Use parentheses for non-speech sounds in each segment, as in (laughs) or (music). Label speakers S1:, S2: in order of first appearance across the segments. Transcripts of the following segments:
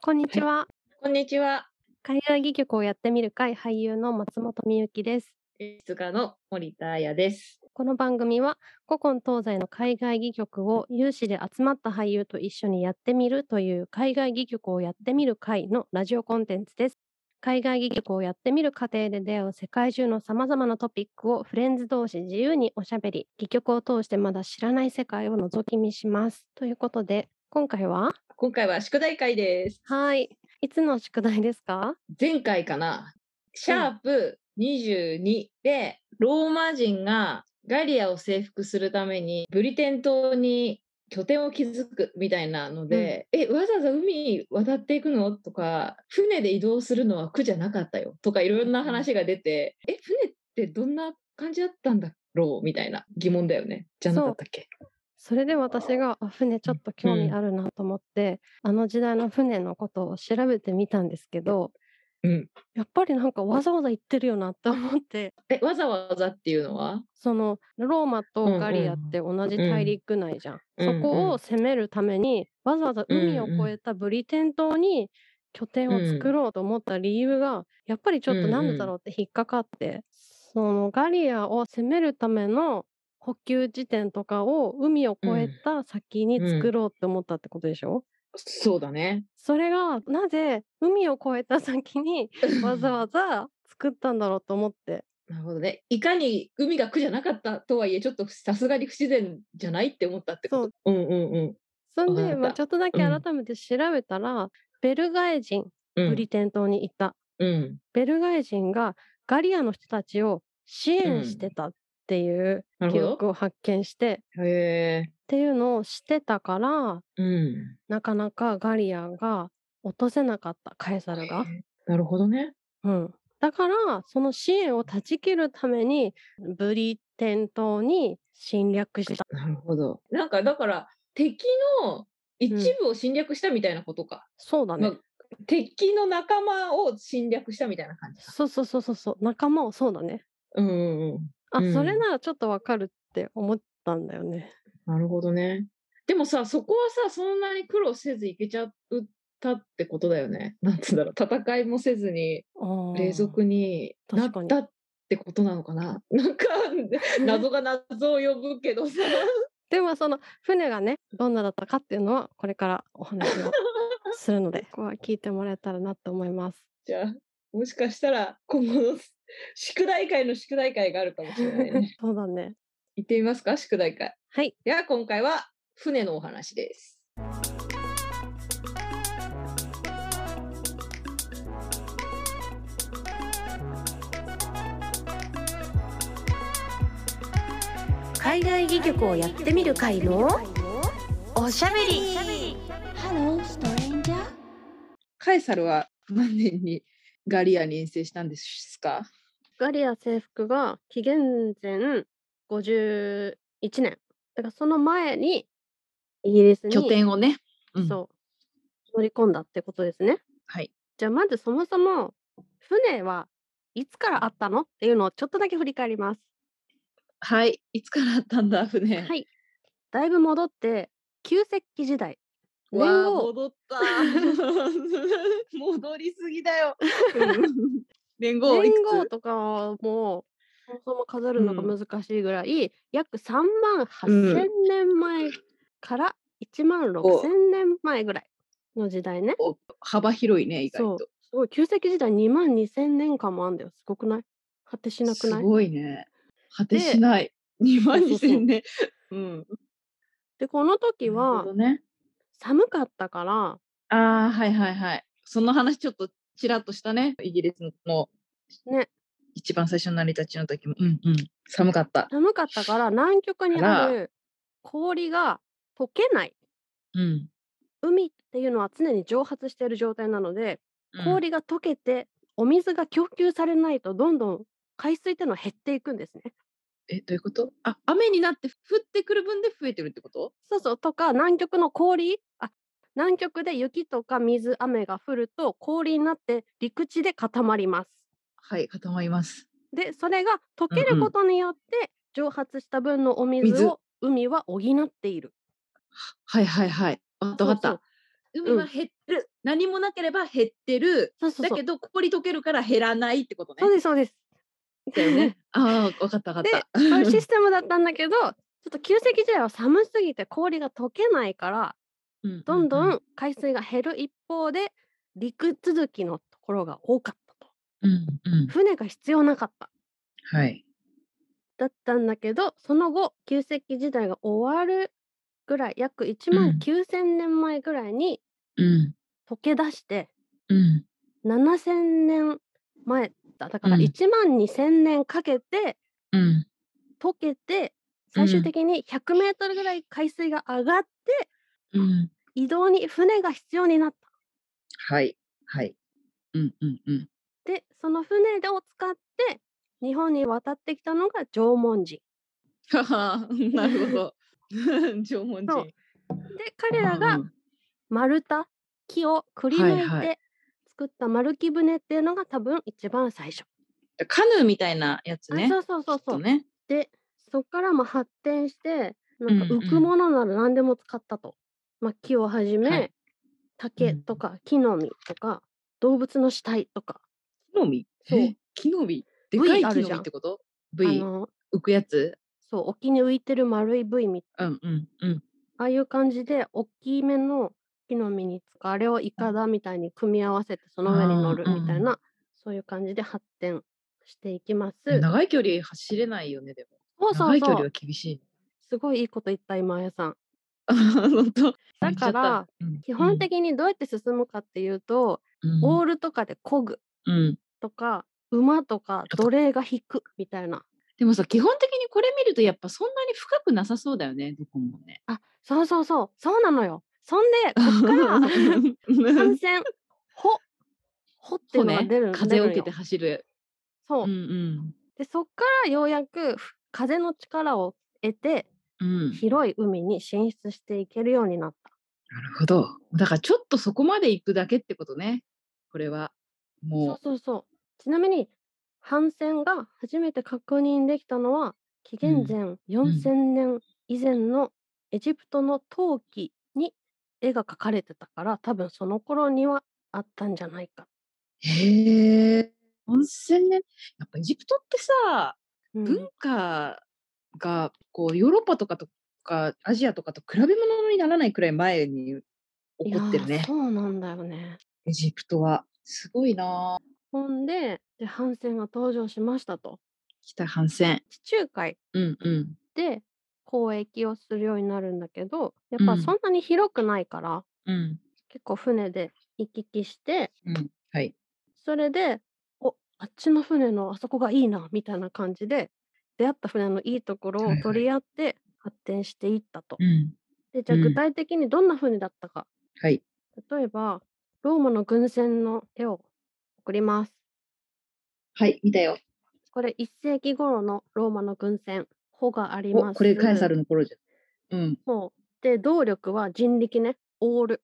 S1: こんにちは。
S2: こんにちは。
S1: 海外戯曲をやってみる会俳優の松本美幸です。
S2: 演出家の森田彩です。
S1: この番組は古今東西の海外戯曲を有志で集まった俳優と一緒にやってみるという海外戯曲をやってみる会のラジオコンテンツです。海外戯曲をやってみる過程で出会う世界中の様々なトピックをフレンズ同士自由におしゃべり、戯曲を通してまだ知らない世界を覗き見します。ということで、今回は
S2: 今回は宿題会です。
S1: はい。いつの宿題ですか
S2: 前回かなシャープ22で、ローマ人がガリアを征服するためにブリテン島に拠点を築くみたいなので、えわざわざ海渡っていくのとか船で移動するのは苦じゃなかったよとかいろんな話が出て、え船ってどんな感じだったんだろうみたいな疑問だよねじゃなかったっけ
S1: それで私があ船ちょっと興味あるなと思って、あの時代の船のことを調べてみたんですけど
S2: うん
S1: やっぱりなんかわざわざ行ってるよなって思って
S2: えわざわざっていうのは
S1: そのローマとガリアって同じ大陸内じゃん、
S2: うん
S1: そこを攻めるためにわざわざ海を
S2: うんうん
S1: 越えたブリテン島に拠点を作ろうと思った理由がやっぱりちょっとなんでだろうって引っかかってそのガリアを攻めるための補給地点とかを海を越えた先に作ろうって思ったってことでしょ、
S2: そうだね。
S1: それがなぜ海を越えた先にわざわざ作ったんだろうと思って
S2: なるほどね。いかに海が苦じゃなかったとはいえ、ちょっとさすがに不自然じゃないって思ったってこと。うんうん
S1: そん
S2: わか
S1: で、
S2: った
S1: まあ、ちょっとだけ
S2: うん
S1: 改めて調べたら、ベルガイ人
S2: うん。
S1: ブリテン島にいた、
S2: うん。
S1: ベルガイ人がガリアの人たちを支
S2: うん
S1: 援してたっていう
S2: なるほ
S1: 記
S2: ど
S1: 憶を発見して、っ
S2: へ
S1: ていうのをしてたから
S2: え。うん。
S1: なかなかガリアが落とせなかったカエサルが。
S2: なるほどね。
S1: うん、だからその支援を断ち切るためにブリテン島に侵略した。
S2: なるほど。なんかだから、敵の一部を侵略したみたいなことか。
S1: そうだね。
S2: ま敵の仲間を侵略したみたいな感じか。
S1: そうそうそうそうそう仲間をそうだね。
S2: うんうんうん。
S1: あ、
S2: うん
S1: それならちょっとわかるって思ったんだよね。
S2: なるほどね。でもさ、そこはさ、そんなに苦労せずいけちゃったってことだよね。 (laughs) なんつうんだろう。戦いもせずに。冷蔵にな
S1: 確か
S2: っ
S1: に
S2: たってことなのかな (laughs) な
S1: (laughs)
S2: んか (laughs) 謎が謎を呼ぶけどさ (laughs)
S1: でもその船がねどんなだったかっていうのはこれからお話をするの
S2: (laughs)
S1: でここは聞いてもらえたらなと思います。
S2: じゃあもしかしたら今後の宿題会の宿題会があるかもしれない
S1: (laughs)
S2: ね
S1: そうだね。
S2: 行ってみますか宿題会
S1: はい。
S2: では今回は船のお話です
S1: 海外戯曲をやってみる会のおしゃべり。
S2: カエサルは何年にガリアに遠征したんですか
S1: ガリア征服が紀元前51年。だからその前にイギリスに
S2: 拠点をね、うん
S1: そう乗り込んだってことですね。
S2: はい
S1: じゃあまずそもそも船はいつからあったのっていうのをちょっとだけ振り返ります。
S2: はいいつからあったんだ船
S1: はいだいぶ戻って旧石器時代
S2: わ
S1: 年
S2: あ
S1: 号
S2: 戻った
S1: (laughs)
S2: 戻りすぎだ (laughs) ようん年号はい
S1: 年
S2: くつ
S1: 号とかはもうそもそも数えるのが
S2: う
S1: 難しいぐらい、約3万8,000年前から1万6,000年前ぐらいの時代ね。
S2: お幅広いね意外
S1: そ
S2: と
S1: すごい旧石器時代2万2,000年間もあんだよすごくない果てしなく
S2: す
S1: ない
S2: ごいね果て
S1: で
S2: しない2万
S1: そ
S2: (laughs)
S1: うそうそう
S2: 2000ねうん
S1: でこの時
S2: なる
S1: は
S2: ほどね
S1: 寒かったから
S2: ああはいはいはいその話ちょっとちらっとしたねイギリスの
S1: ね
S2: 一番最初の成り立ちの時もうんうん寒かった
S1: 寒かったから南極にあ
S2: あら
S1: る氷が溶けない
S2: うん
S1: 海っていうのは常に蒸発している状態なので
S2: うん
S1: 氷が溶けてお水が供給されないとどんどん海水っていうのは減っていくんですね。
S2: えどういうことあ雨になって降ってくる分で増えてるってこと
S1: そうそうとか南極の氷あ南極で雪とか水雨が降ると氷になって陸地で固まります。
S2: はい固まります
S1: でそれが溶け
S2: うん
S1: る
S2: うん
S1: ことによって蒸発した分のお水
S2: 水
S1: を海は補っている。
S2: はいはいはい。わかったわかった。
S1: そうそう
S2: 海は減ってる、何もなければ減ってる
S1: そうそう
S2: だ
S1: そう
S2: け。ど氷溶けるから減らないってことね
S1: そうです、そうです。 (laughs)
S2: だよね (laughs) ああ分かった分
S1: で
S2: かっ、た
S1: そういうシステムだったんだけど、ちょっと旧石時代は寒すぎて氷が溶けないから、どんど
S2: うん
S1: 海水が減る一方で、陸続きのところが多かったと。
S2: うんうん
S1: 船が必要なかった。
S2: はい
S1: だったんだけど、その後、旧石器時代が終わるぐらい、約1
S2: うん
S1: 万9000年前ぐらいに
S2: うん
S1: 溶け出して、
S2: うん
S1: 7000年前だ。だから
S2: うん
S1: 1万2000年かけて、
S2: うん
S1: 溶けて、
S2: うん
S1: 最終的に100メートルぐらい海水が上がって、
S2: うん
S1: 移動に船が必要になっ
S2: はいはいうんうんうん (laughs)
S1: た。で、その船を使って、日本に渡ってきたのが縄文人。
S2: ははなるほど (laughs) 縄
S1: そう
S2: 文人
S1: で、彼らが
S2: うん
S1: 丸太木をくり
S2: はい
S1: 抜
S2: はい
S1: いて作った丸木舟っていうのが多分一番最初。
S2: カヌーみたいなやつね
S1: あそうそうそうそう。
S2: ね
S1: でそこからも発展してなんか
S2: うんうん
S1: 浮くものなら何でも使ったと。まあ、木をはじめ、
S2: はい
S1: 竹とか木の実とか動物の死体とか、
S2: 木の実
S1: そう
S2: え木の実
S1: V
S2: でかい木
S1: あ
S2: の
S1: るじ
S2: 実
S1: ゃん
S2: ってこと
S1: あ
S2: ?V
S1: の
S2: 浮くやつ
S1: そう沖に浮いてる丸い部位み
S2: うんうんうん
S1: ああいう感じで大きめの木の実に使うあれをイカだみたいに組み合わせてその上に乗るみたいな、そういう感じで発展していきます。
S2: 長い距離走れないよねでも
S1: そうそう
S2: 長い距離
S1: そ
S2: は
S1: う。
S2: 厳しい (laughs)
S1: すごいいいこと言った今あやさん。
S2: あ本当
S1: だから、基本的にどうやって進むかっていうと、
S2: に
S1: オールとかで漕ぐ
S2: うん、
S1: とか馬とか奴隷が引くみたいな。
S2: でもさ基本的にこれ見るとやっぱそんなに深くなさそうだよねどこもね。
S1: あそうそうそうそうなのよ。そんでこっから
S2: (laughs)
S1: 感染ほほっていうのが出る、
S2: 風を
S1: 出る
S2: 受
S1: の
S2: け
S1: よ
S2: て走る。
S1: そうう、
S2: ん
S1: でそっからようやくふ風の力を得て
S2: うんうん、
S1: 広い海に進出していけるようになった。
S2: なるほど。だからちょっとそこまで行くだけってことね。これは
S1: そう
S2: も
S1: そうそう。ちなみに帆船が初めて確認できたのは紀元前4000年以前のエジプトの陶器に絵が描かれてたから多分その頃にはあったんじゃないか。
S2: う。へえ。温泉ね。やっぱエジプトってさ
S1: うん
S2: 文化がこうヨーロッパとかとかアジアとかと比べ物にならないくらい前に起こってる
S1: いやー
S2: ね。
S1: そうなんだよね。
S2: エジプトはすごいなあ。
S1: ほんでで帆船が登場しましたと。
S2: 北反戦。
S1: 地中海
S2: うんうん。
S1: で交易をするようになるんだけどやっぱ
S2: うん
S1: そんなに広くないから、
S2: うん。
S1: 結構船で行き来して
S2: うん。はい。
S1: それでおあっちの船のあそこがいいなみたいな感じで出会った船のいいところ
S2: はい
S1: を
S2: はい
S1: 取り合って発展していったと。
S2: うん。
S1: でじゃあ
S2: うん
S1: 具体的にどんな船だったか、
S2: はい。
S1: 例えばローマの軍船の絵を送ります。
S2: はい。見たよ。
S1: これ1世紀頃のローマの軍船「帆がありま
S2: お
S1: す。
S2: これカエサルの頃じゃん。うん。
S1: そうで動力は人力ねオール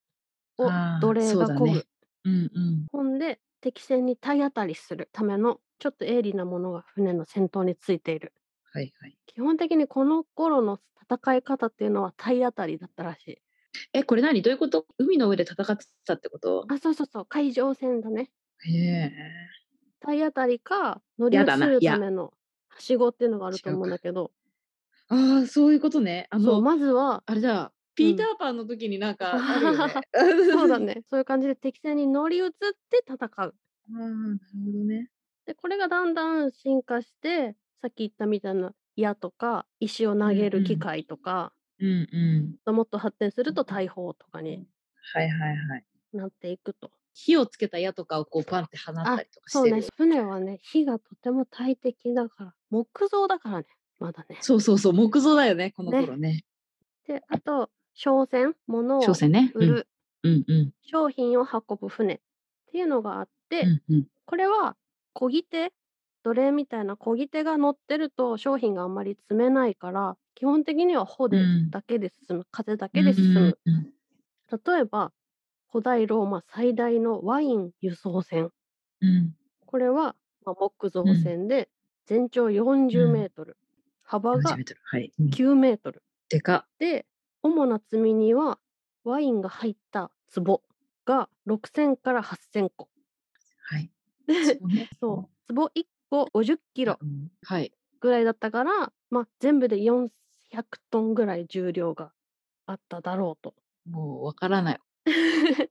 S1: を
S2: あー
S1: 奴隷
S2: そう
S1: が
S2: だ
S1: 漕ぐ、
S2: ねうんうん。
S1: ほんで敵船に体当たりするためのちょっと鋭利なものが船の先頭についている
S2: はいはい。
S1: 基本的にこの頃の戦い方っていうのは体当たりだったらしい。
S2: え、これ何どういうこと海の上で戦ってたってこと
S1: あ、そうそうそう、海上戦だね。
S2: へえ。
S1: 体当たりか乗り移
S2: やだな
S1: る
S2: いや
S1: ためのはしごっていうのがあると
S2: 違う
S1: 思うんだけど、
S2: ああ、そういうことね。あ
S1: そう
S2: の、
S1: まず
S2: (laughs)
S1: は、
S2: あれだ、ピーターパンの時になんかあるよね。 (laughs)
S1: そうだね、そういう感じで敵戦に乗り移って戦う。
S2: あーなるほどね。
S1: で、これがだんだん進化して、さっき言ったみたいな矢とか石を投げ
S2: うんう
S1: る
S2: ん
S1: 機械とか、
S2: うんうん。
S1: もっと発展すると大砲とかに
S2: はいはいはい。
S1: なっていくと。
S2: 火をつけた矢とかをこうパンって放ったりとか
S1: そう
S2: して
S1: ね
S2: る。、
S1: 船はね、火がとても大敵だから、木造だからね、まだね。
S2: そうそうそう、木造だよね、この頃ね。
S1: で、あと、商船、物を
S2: 商船ね。
S1: 売
S2: うん
S1: る、
S2: うんうん
S1: 商品を運ぶ船っていうのがあって、
S2: うんうん。
S1: これは漕ぎ手、奴隷みたいな漕ぎ手が乗ってると商品があんまり積めないから、基本的には帆で
S2: うん
S1: だけで進む、風だけで進む。
S2: うんうんうん
S1: 例えば、古代ローマ最大のワイン輸送船。
S2: うん
S1: これは、まあ、木造
S2: うん
S1: 船で、全長
S2: う
S1: 40
S2: ん
S1: メートル、幅
S2: 40
S1: が
S2: メートルはい。うん
S1: 9メートル。
S2: でかっ。
S1: で主な積み荷はワインが入った壺が6000から8000個。
S2: (laughs) はい。
S1: で
S2: そうね
S1: そう壺1個50キロ
S2: うんはい。
S1: ぐらいだったから、まあ、全部で400トンぐらい重量があっただろう
S2: (laughs)
S1: と。
S2: もうわからない。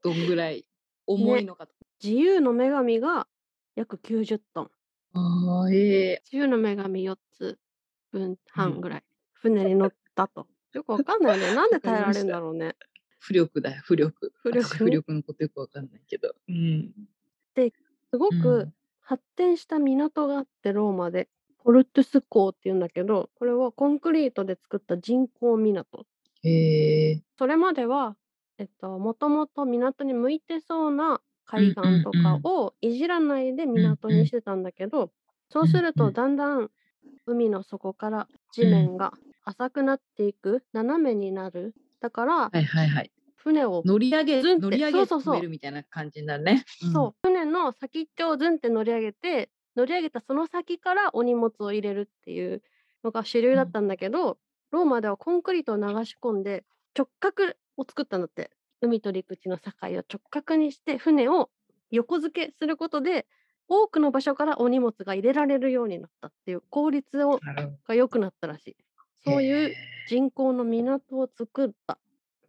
S2: どんぐらい重いのかと。
S1: 自由の女神が約90トン。
S2: ああ、ええ
S1: 自由の女神4つ分
S2: う
S1: 半
S2: ん
S1: ぐらい船に乗った
S2: (laughs)
S1: と。よくわかんないね。なんで
S2: わか
S1: 耐
S2: り
S1: えら
S2: ま
S1: れるん
S2: した
S1: だろうね。
S2: 浮力だよ、浮力。
S1: 浮力
S2: 私
S1: ね
S2: 浮力のことよくわかんないけど。うん。
S1: すご
S2: う
S1: く
S2: ん
S1: 発展した港があってローマで。ポルトゥス港っていうんだけど、これはコンクリートで作った人工港。
S2: へえ。
S1: それまでは、えっと、もともと港に向いてそうな海
S2: うんうん
S1: 岸とかをいじらないで港にしてたんだけど、そうする
S2: うん
S1: と
S2: うん
S1: だんだん海の底から地面が浅くなっていく、斜めになる。だから
S2: はいはいはい。
S1: 船を、
S2: 乗り上げ、
S1: ズンって
S2: 乗り上げ
S1: そうそうそう
S2: 止めるみたいな感じになるね。うん
S1: そう船の先っちょをズンって乗り上げて乗り上げたその先からお荷物を入れるっていうのが主流だったんだけど、ローマではコンクリートを流し込んで直角を作ったんだって海と陸地の境を直角にして船を横付けすることで多くの場所からお荷物が入れられるようになったっていう効率を
S2: なるほど。
S1: が良くなったらしいそういう
S2: へ
S1: 人工の港を作った。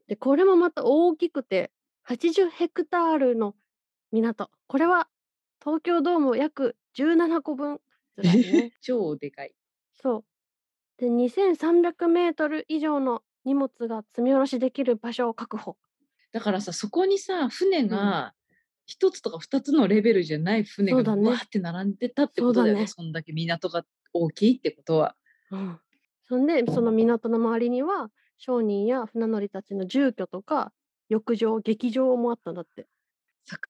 S1: で、これもまた大きくて、80ヘクタールの港。これは東京ドーム約17個分ぐらい
S2: え
S1: ね。
S2: 超でかい。
S1: そう。で、2300メートル以上の荷物が積み下ろしできる場所を確保。
S2: だからさ、そこにさ、船が一つとか二つのレベルじゃない船
S1: そ
S2: が
S1: うだね
S2: わーって並んでたってことだよね。そ
S1: そ
S2: んだけ港が大きいってことは。
S1: うん、そんで、その港の周りには商人や船乗りたちの住居とか、浴場、劇場もあったんだって。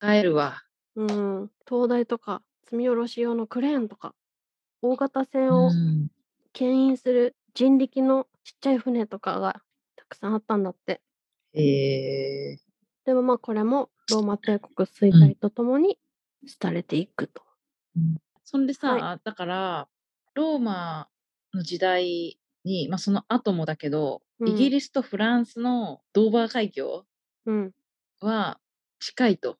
S2: 栄えるわ。
S1: うん、灯台とか積み下ろし用のクレーンとか大型船を
S2: うん
S1: 牽引する人力のちっちゃい船とかがたくさんあったんだって
S2: へえ。
S1: でもまあこれもローマ帝国衰
S2: うん
S1: 退とともに廃れていくと、
S2: そんでさ、
S1: は
S2: だからローマの時代に、まあ、その後もだけ
S1: う
S2: ど、
S1: ん
S2: イギリスとフランスのドーバー海峡
S1: うん
S2: は近いと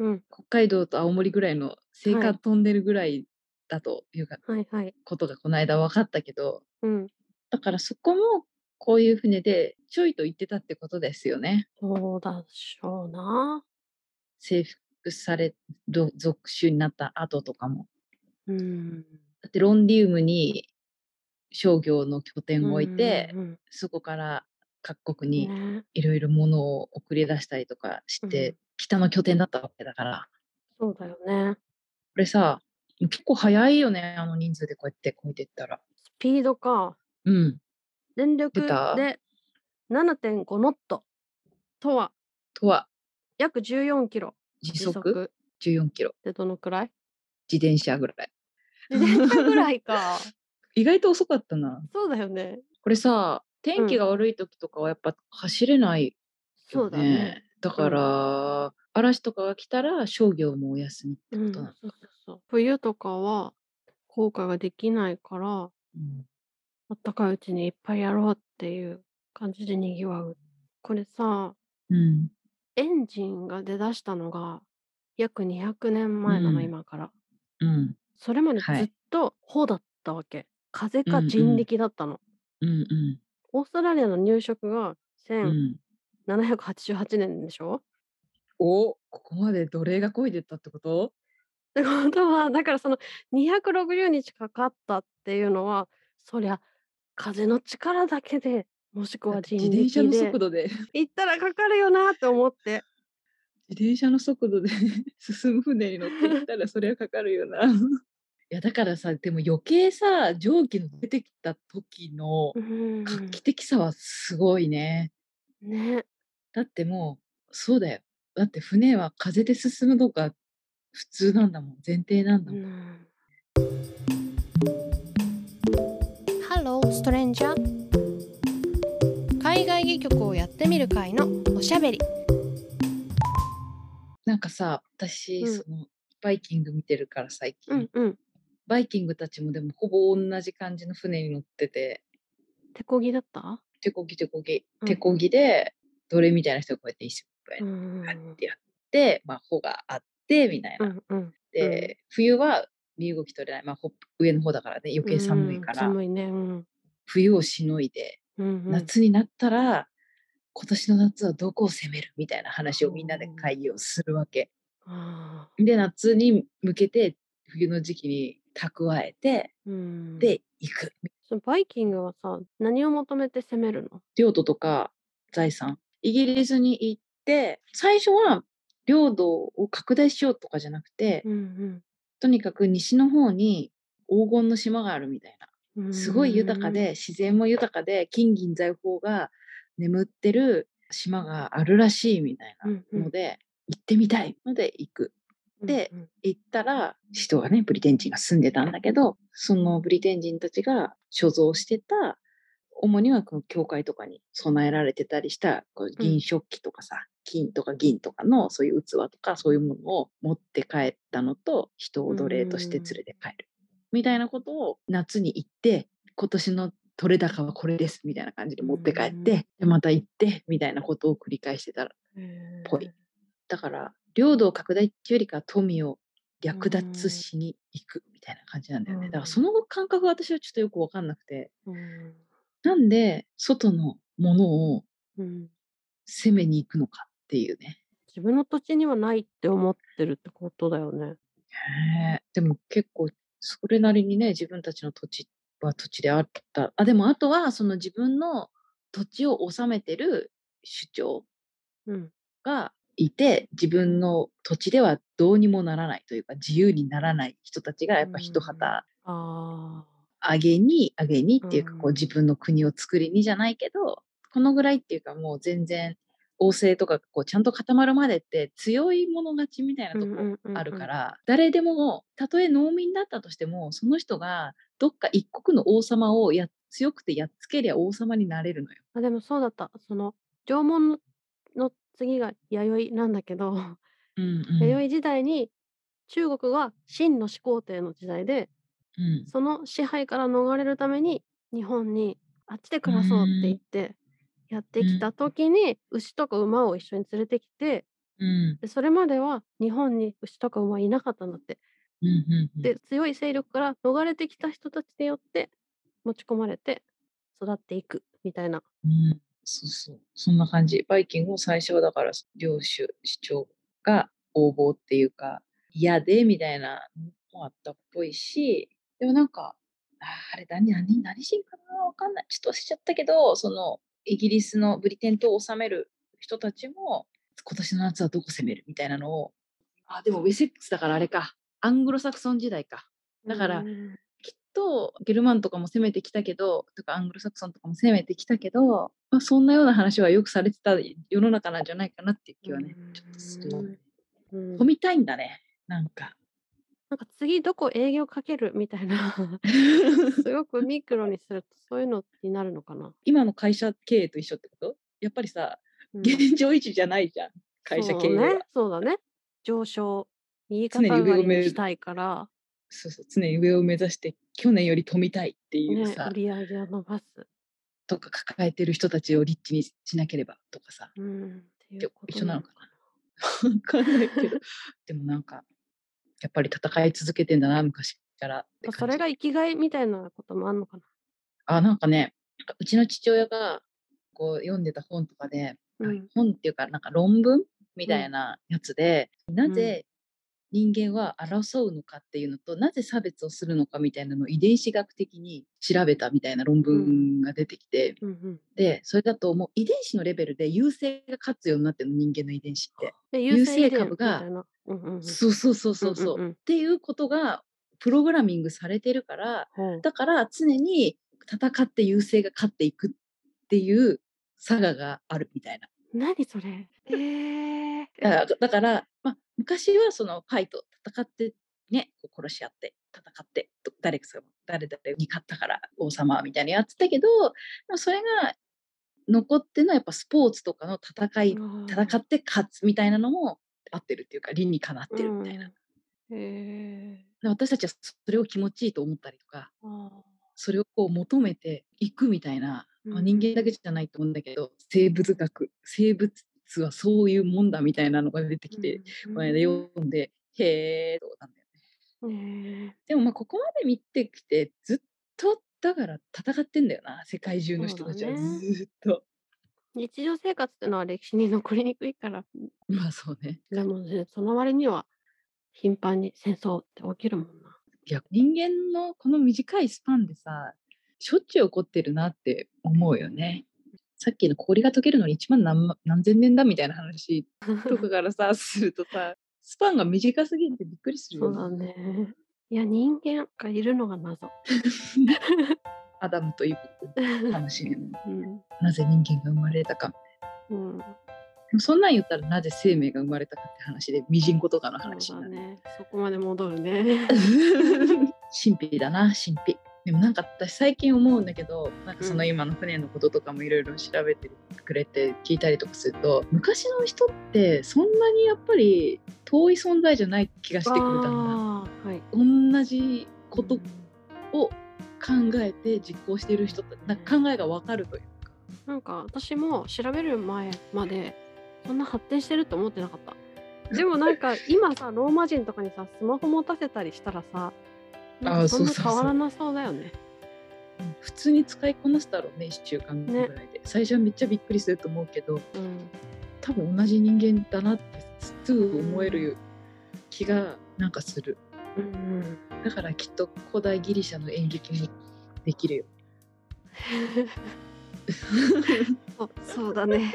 S1: うん
S2: 北海道と青森ぐらいの青
S1: は
S2: 函
S1: い
S2: トンネルぐらいだというか
S1: はいはい
S2: ことがこの間分かったけど
S1: うん
S2: だからそこもこういう船でちょいと行ってたってことですよね
S1: そうだっしょうな
S2: 征服されど属州になった後とかも。
S1: うん
S2: だってロンディウムに商業の拠点を置いて、
S1: うんうん
S2: そこから各国
S1: うん
S2: に
S1: ね
S2: いろいろ物を送り出したりとかして、
S1: うん
S2: 北の拠点だったわけだから
S1: そうだよね
S2: これさ結構早いよねあの人数でこうやってこいてったら
S1: スピードか
S2: うん
S1: 電力
S2: 出た
S1: で7.5ノットとは
S2: とは
S1: 約14キロ
S2: 時
S1: 時
S2: 速
S1: 速
S2: 14キロ
S1: ってどのく
S2: (laughs)
S1: らい
S2: 自転車ぐらい
S1: 自転車ぐらいか
S2: 意外と遅かったな
S1: そうだよね
S2: これさ天気が悪い時とかはやっぱ走れないよね,、
S1: そうだね
S2: だから、嵐とかが来たら商業もお休みって
S1: うん
S2: こ
S1: そ
S2: となの
S1: う、そうそう冬とかは後悔ができないから
S2: うん
S1: あったかいうちにいっぱいやろうっていう感じでにぎわうこれさ
S2: うん、
S1: エンジンが出だしたのが約200年前なの、
S2: うん
S1: 今から
S2: うん、
S1: それまでず
S2: はい
S1: っと砲だったわけ、風
S2: う
S1: か
S2: んうん
S1: 人力だったの、
S2: うん、うん、
S1: オーストラリアの入植が
S2: うん。
S1: 1788年でしょ、
S2: おここまで奴隷が漕いでったってこと
S1: ってことはだからその260日かかったっていうのはそりゃ風の力だけでもしく
S2: だ
S1: は
S2: って
S1: 人
S2: 自転
S1: 力
S2: 車の
S1: で
S2: 速度で (laughs) 自
S1: 行ったらかかるよなと思って
S2: 転車の速度で (laughs) 進む船に乗っていったらそりゃかかるよな。い (laughs) やだからさでも余計さ蒸気の出てきた時の
S1: うん
S2: 画期的さはすごいね。
S1: ね
S2: だってもうそうだよ。だって船は風で進むのが普通なんだもん前提なんだ
S1: う
S2: もん。
S1: ん Hello, stranger 海外戯曲をやってみる会のおしゃべり
S2: なんかさ私、
S1: うん
S2: そのバイキング見てるから最近、
S1: うんうん
S2: バイキングたちもでもほぼ同じ感じの船に乗ってて
S1: 手こぎだった
S2: 手こぎ手こぎ
S1: うん
S2: 手こぎで奴隷みたいな人がこうやって一緒
S1: う
S2: こ
S1: ん
S2: うやってやって、魔法があって、みたいな。
S1: うん
S2: (laughs)
S1: うん
S2: で、冬は身動き取れない。まあ、ほ上の方だからね、余計寒いか
S1: うん
S2: ら、
S1: 寒いね。うん
S2: 冬をしのいで、
S1: うんうん
S2: 夏になったら、今年の夏はどこを攻めるみたいな話をみんなで会議をするわけ。
S1: あー
S2: で、夏に向けて、冬の時期に蓄えて、
S1: うん
S2: で、行く。
S1: そのバイキングはさ何を求めて攻めるの
S2: 領土とか財産イギリスに行って最初は領土を拡大しようとかじゃなくて、
S1: うん
S2: とにかく西の方に黄金の島があるみたい
S1: うんう
S2: なんすごい豊かで自然も豊かで金銀財宝が眠ってる島があるらしいみたい
S1: うんう
S2: なんので、行ってみたいので行くで
S1: うんうん
S2: 行ったら人がねブリテン人が住んでたんだけどそのブリテン人たちが所蔵してた主にはこの教会とかに供えられてたりしたこう銀食器とかさ、金とか銀とかのそういう器とかそういうものを持って帰ったのと人を奴隷として連れて帰るみたいなことを夏に行って今年の取れ高はこれですみたいな感じで持って帰
S1: う
S2: って、
S1: ん
S2: でまた行ってみたいなことを繰り返してたら
S1: へー
S2: ぽいだから領土を拡大っていうよりか富を略奪しに行くみたいな感じなんだよね。
S1: うん
S2: だからその感覚が私はちょっとよくわかんなくて。
S1: うん
S2: なんで外のものを
S1: うん
S2: 攻めに行くのかっていうね。
S1: 自分の土地にはないって思ってるってことだよね。
S2: ねえでも結構それなりにね自分たちの土地は土地であった。あでもあとはその自分の土地を治めてる主張
S1: うん
S2: がいて自分の土地ではどうにもならないというか自由にならない人たちがやっぱ一旗、
S1: うんあ
S2: 上げに上げにっていうかこ
S1: う
S2: うん自分の国を作りにじゃないけどこのぐらいっていうかもう全然王政とかこうちゃんと固まるまでって強い者勝ちみたい
S1: あ
S2: なとこあるから、誰でもたとえ農民だったとしてもその人がどっか一国の王様をや強くてやっつけりゃ王様になれるのよ。
S1: あでもそうだったその縄文のの次が弥生なんだけど
S2: うんうん
S1: 弥生時代に中国は秦の始皇帝の時代で
S2: うん
S1: その支配から逃れるために日本にあっちで暮らそうって言ってやってきた時に牛とか馬を一緒に連れてきて
S2: うん
S1: でそれまでは日本に牛とか馬いなかったんだって。
S2: うんうん
S1: で強い勢力から逃れてきた人たちによって持ち込まれて育っていくみたいな。
S2: うん、そうそう。そんな感じ。バイキングも最初はだから、領主、主張が横暴っていうか、嫌でみたいなのもあったっぽいし、でもなんか、あーあれ何、何、何人かなわかんない。ちょっと忘れちゃったけど、その、イギリスのブリテン島を治める人たちも、今年の夏はどこ攻めるみたいなのを、あ、でもウェセックスだからあれか。アングロサクソン時代か。だから
S1: うん
S2: きっとゲルマンとかも攻めてきたけどとかアングルサクソンとかも攻めてきたけど、まあ、そんなような話はよくされてた世の中なんじゃないかなっていう気はね、ちょっとするよね。
S1: うん
S2: 込みたいんだねなん
S1: (laughs)
S2: か。
S1: なんか次どこ営業かけるみたいな (laughs) すごくミクロにするとそういうのになるのかな。
S2: 今の会社経営と一緒ってことやっぱりさ
S1: うん
S2: 現状維持じゃないじゃん会社経営
S1: そう
S2: は。
S1: ね。そうだね。上昇右
S2: 常に
S1: 肩上が
S2: 上を
S1: り
S2: 目
S1: に
S2: 指
S1: したいから、
S2: そうそう常に上を目指して去年より富みたいってい
S1: ね、
S2: う
S1: 売
S2: さ、
S1: り上げを伸ばす。
S2: とか抱えてる人たちをリッチにしなければとかさ
S1: うん、ってい
S2: って
S1: うこと
S2: 一緒なのかな (laughs) わかんないけどでもなんかやっぱり戦い続けてんだな昔からって
S1: な
S2: 感じ
S1: それが生きがいみたいなこともあるのか
S2: あなんかねなんかうちの父親がこう読んでた本とかで、
S1: な。うん
S2: 本っていうかなんか論文みたいなやつで、なぜ人間は争うのかっていうのと、なぜ差別をするのかみたいなのを遺伝子学的に調べたみたいな論文が出てきて、
S1: うんうん、
S2: でそれだともう遺伝子のレベルで優勢が勝つようになってるの人間の遺伝子って。
S1: で
S2: 優
S1: 優勢
S2: 勢
S1: 遺伝
S2: 株が
S1: みたいなうんうんうん
S2: そうそうそうそうそう,、
S1: んんん
S2: っていうことがプログラミングされてるから
S1: ほう
S2: だから常に戦って優勢が勝っていくっていう差ががあるみたいな。
S1: 何それえー、
S2: だからだから、まあ、昔はそのパイと戦ってねこう殺し合って戦ってと誰か誰々に勝ったから王様みたいなやってたけどでもそれが残ってのはやっぱスポーツとかの戦い戦
S1: っ
S2: って勝つみたいなのも合ってるっていうか理にかなってるみたいな。、
S1: うんえ
S2: で私たちはそれを気持ちいいと思ったりとか
S1: ー、あ
S2: それをこう求めていくみたいな、まあ
S1: うん
S2: 人間だけじゃないと思うんだけど生物学生物ツはそういうもんだみたいなのが出てきて、
S1: うん
S2: この間読んで、へえ、どうなんだよね。
S1: ねえ
S2: でもまあここまで見てきて、ずっとだから戦ってんだよな、世界中の人たちは
S1: そうだね
S2: ずっと。 (laughs)
S1: 日常生活ってのは歴史に残りにくいから、
S2: まあそうね。
S1: でもね、その割には頻繁に戦争って起きるもんな。
S2: いや人間のこの短いスパンでさしょっちゅう起こってるなって思うよね。さっきの氷が溶けるのに1万何万何千年だみたいな
S1: (laughs)
S2: 話とかからさするとさスパンが短すぎてびっくりする
S1: そ
S2: よ
S1: う
S2: ね
S1: だね。いや、人間がいるのが謎。
S2: アダムとイブかもしれない
S1: (laughs) うん。
S2: なぜ人間が生まれたか
S1: うん。
S2: でもそんなん言ったらなぜ生命が生まれたかって話でミジンコとかの話
S1: そう
S2: にな
S1: だ
S2: る、
S1: ね。そこまで戻る
S2: (laughs)
S1: ね。
S2: 神秘だな神秘でもなんか私最近思うんだけどなんかその今の船のこととかもいろいろ調べてくれて聞いたりとかすると昔の人ってそんなにやっぱり遠い存在じゃない気がしてくれた
S1: あ
S2: んだ
S1: あ、はい。
S2: 同じこと
S1: う
S2: を
S1: ん
S2: 考えて実行してる人ってなんか考えがわかるというか
S1: なんか私も調べる前までそんな発展してると思ってなかった。でもなんか今さローマ人とかにさスマホ持たせたりしたらさなんか
S2: あ
S1: そんな
S2: そうそうそう
S1: 変わらなそうだよね。
S2: 普通に使いこなすだろうね1週間ぐらいで、最初はめっちゃびっくりすると思うけど
S1: うん
S2: 多分同じ人間だなってすぐ思える気がなんかする。
S1: うんうん
S2: だからきっと古代ギリシャの演劇もできるよ。
S1: (laughs) そうそうだね。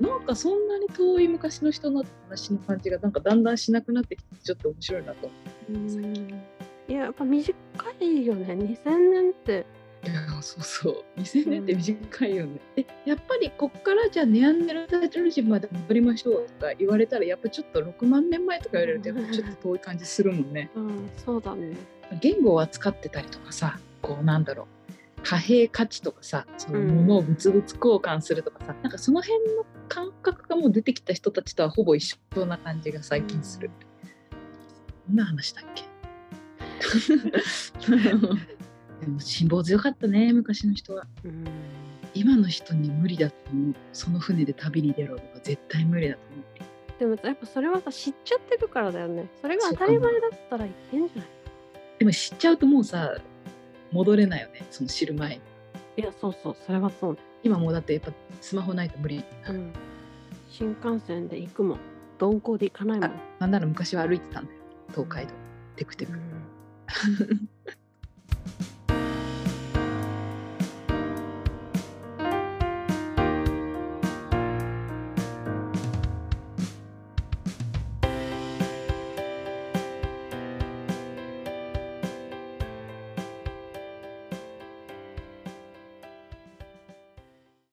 S2: なんかそんなに遠い昔の人の話の感じがなんかだんだんしなくなってきてちょっと面白いなと思
S1: うんいややっぱ短いよね2000年って。
S2: う。いやそうそう2000年って短いよね。でやっぱりこっからじゃあネアンデルタール人まで戻りましょうとか言われたらやっぱちょっと6万年前とか言われるとやっぱちょっと遠い感じするもんね。
S1: うんそうだね。
S2: 言語を扱ってたりとかさこうなんだろう貨幣価値とかさその物を物々交換するとかさ、なんかその辺の感覚がもう出てきた人たちとはほぼ一緒な感じが最近する。どんな話だっけでも辛抱強かったね昔の人は
S1: うん
S2: 今の人に無理だと思うその船で旅に出ろとか絶対無理だと思う
S1: でもやっぱそれはさ知っちゃってるからだよね。それが当たり前だったらいけんじゃない
S2: でも知っちゃうともうさ戻れないよねその知る前に
S1: いやそうそうそれはそう
S2: 今もうだってやっぱスマホないと無理
S1: うん、新幹線で行くもん鈍行で行かないもん、
S2: なんなら昔は歩いてたんだよ東海道テクテク、
S1: うん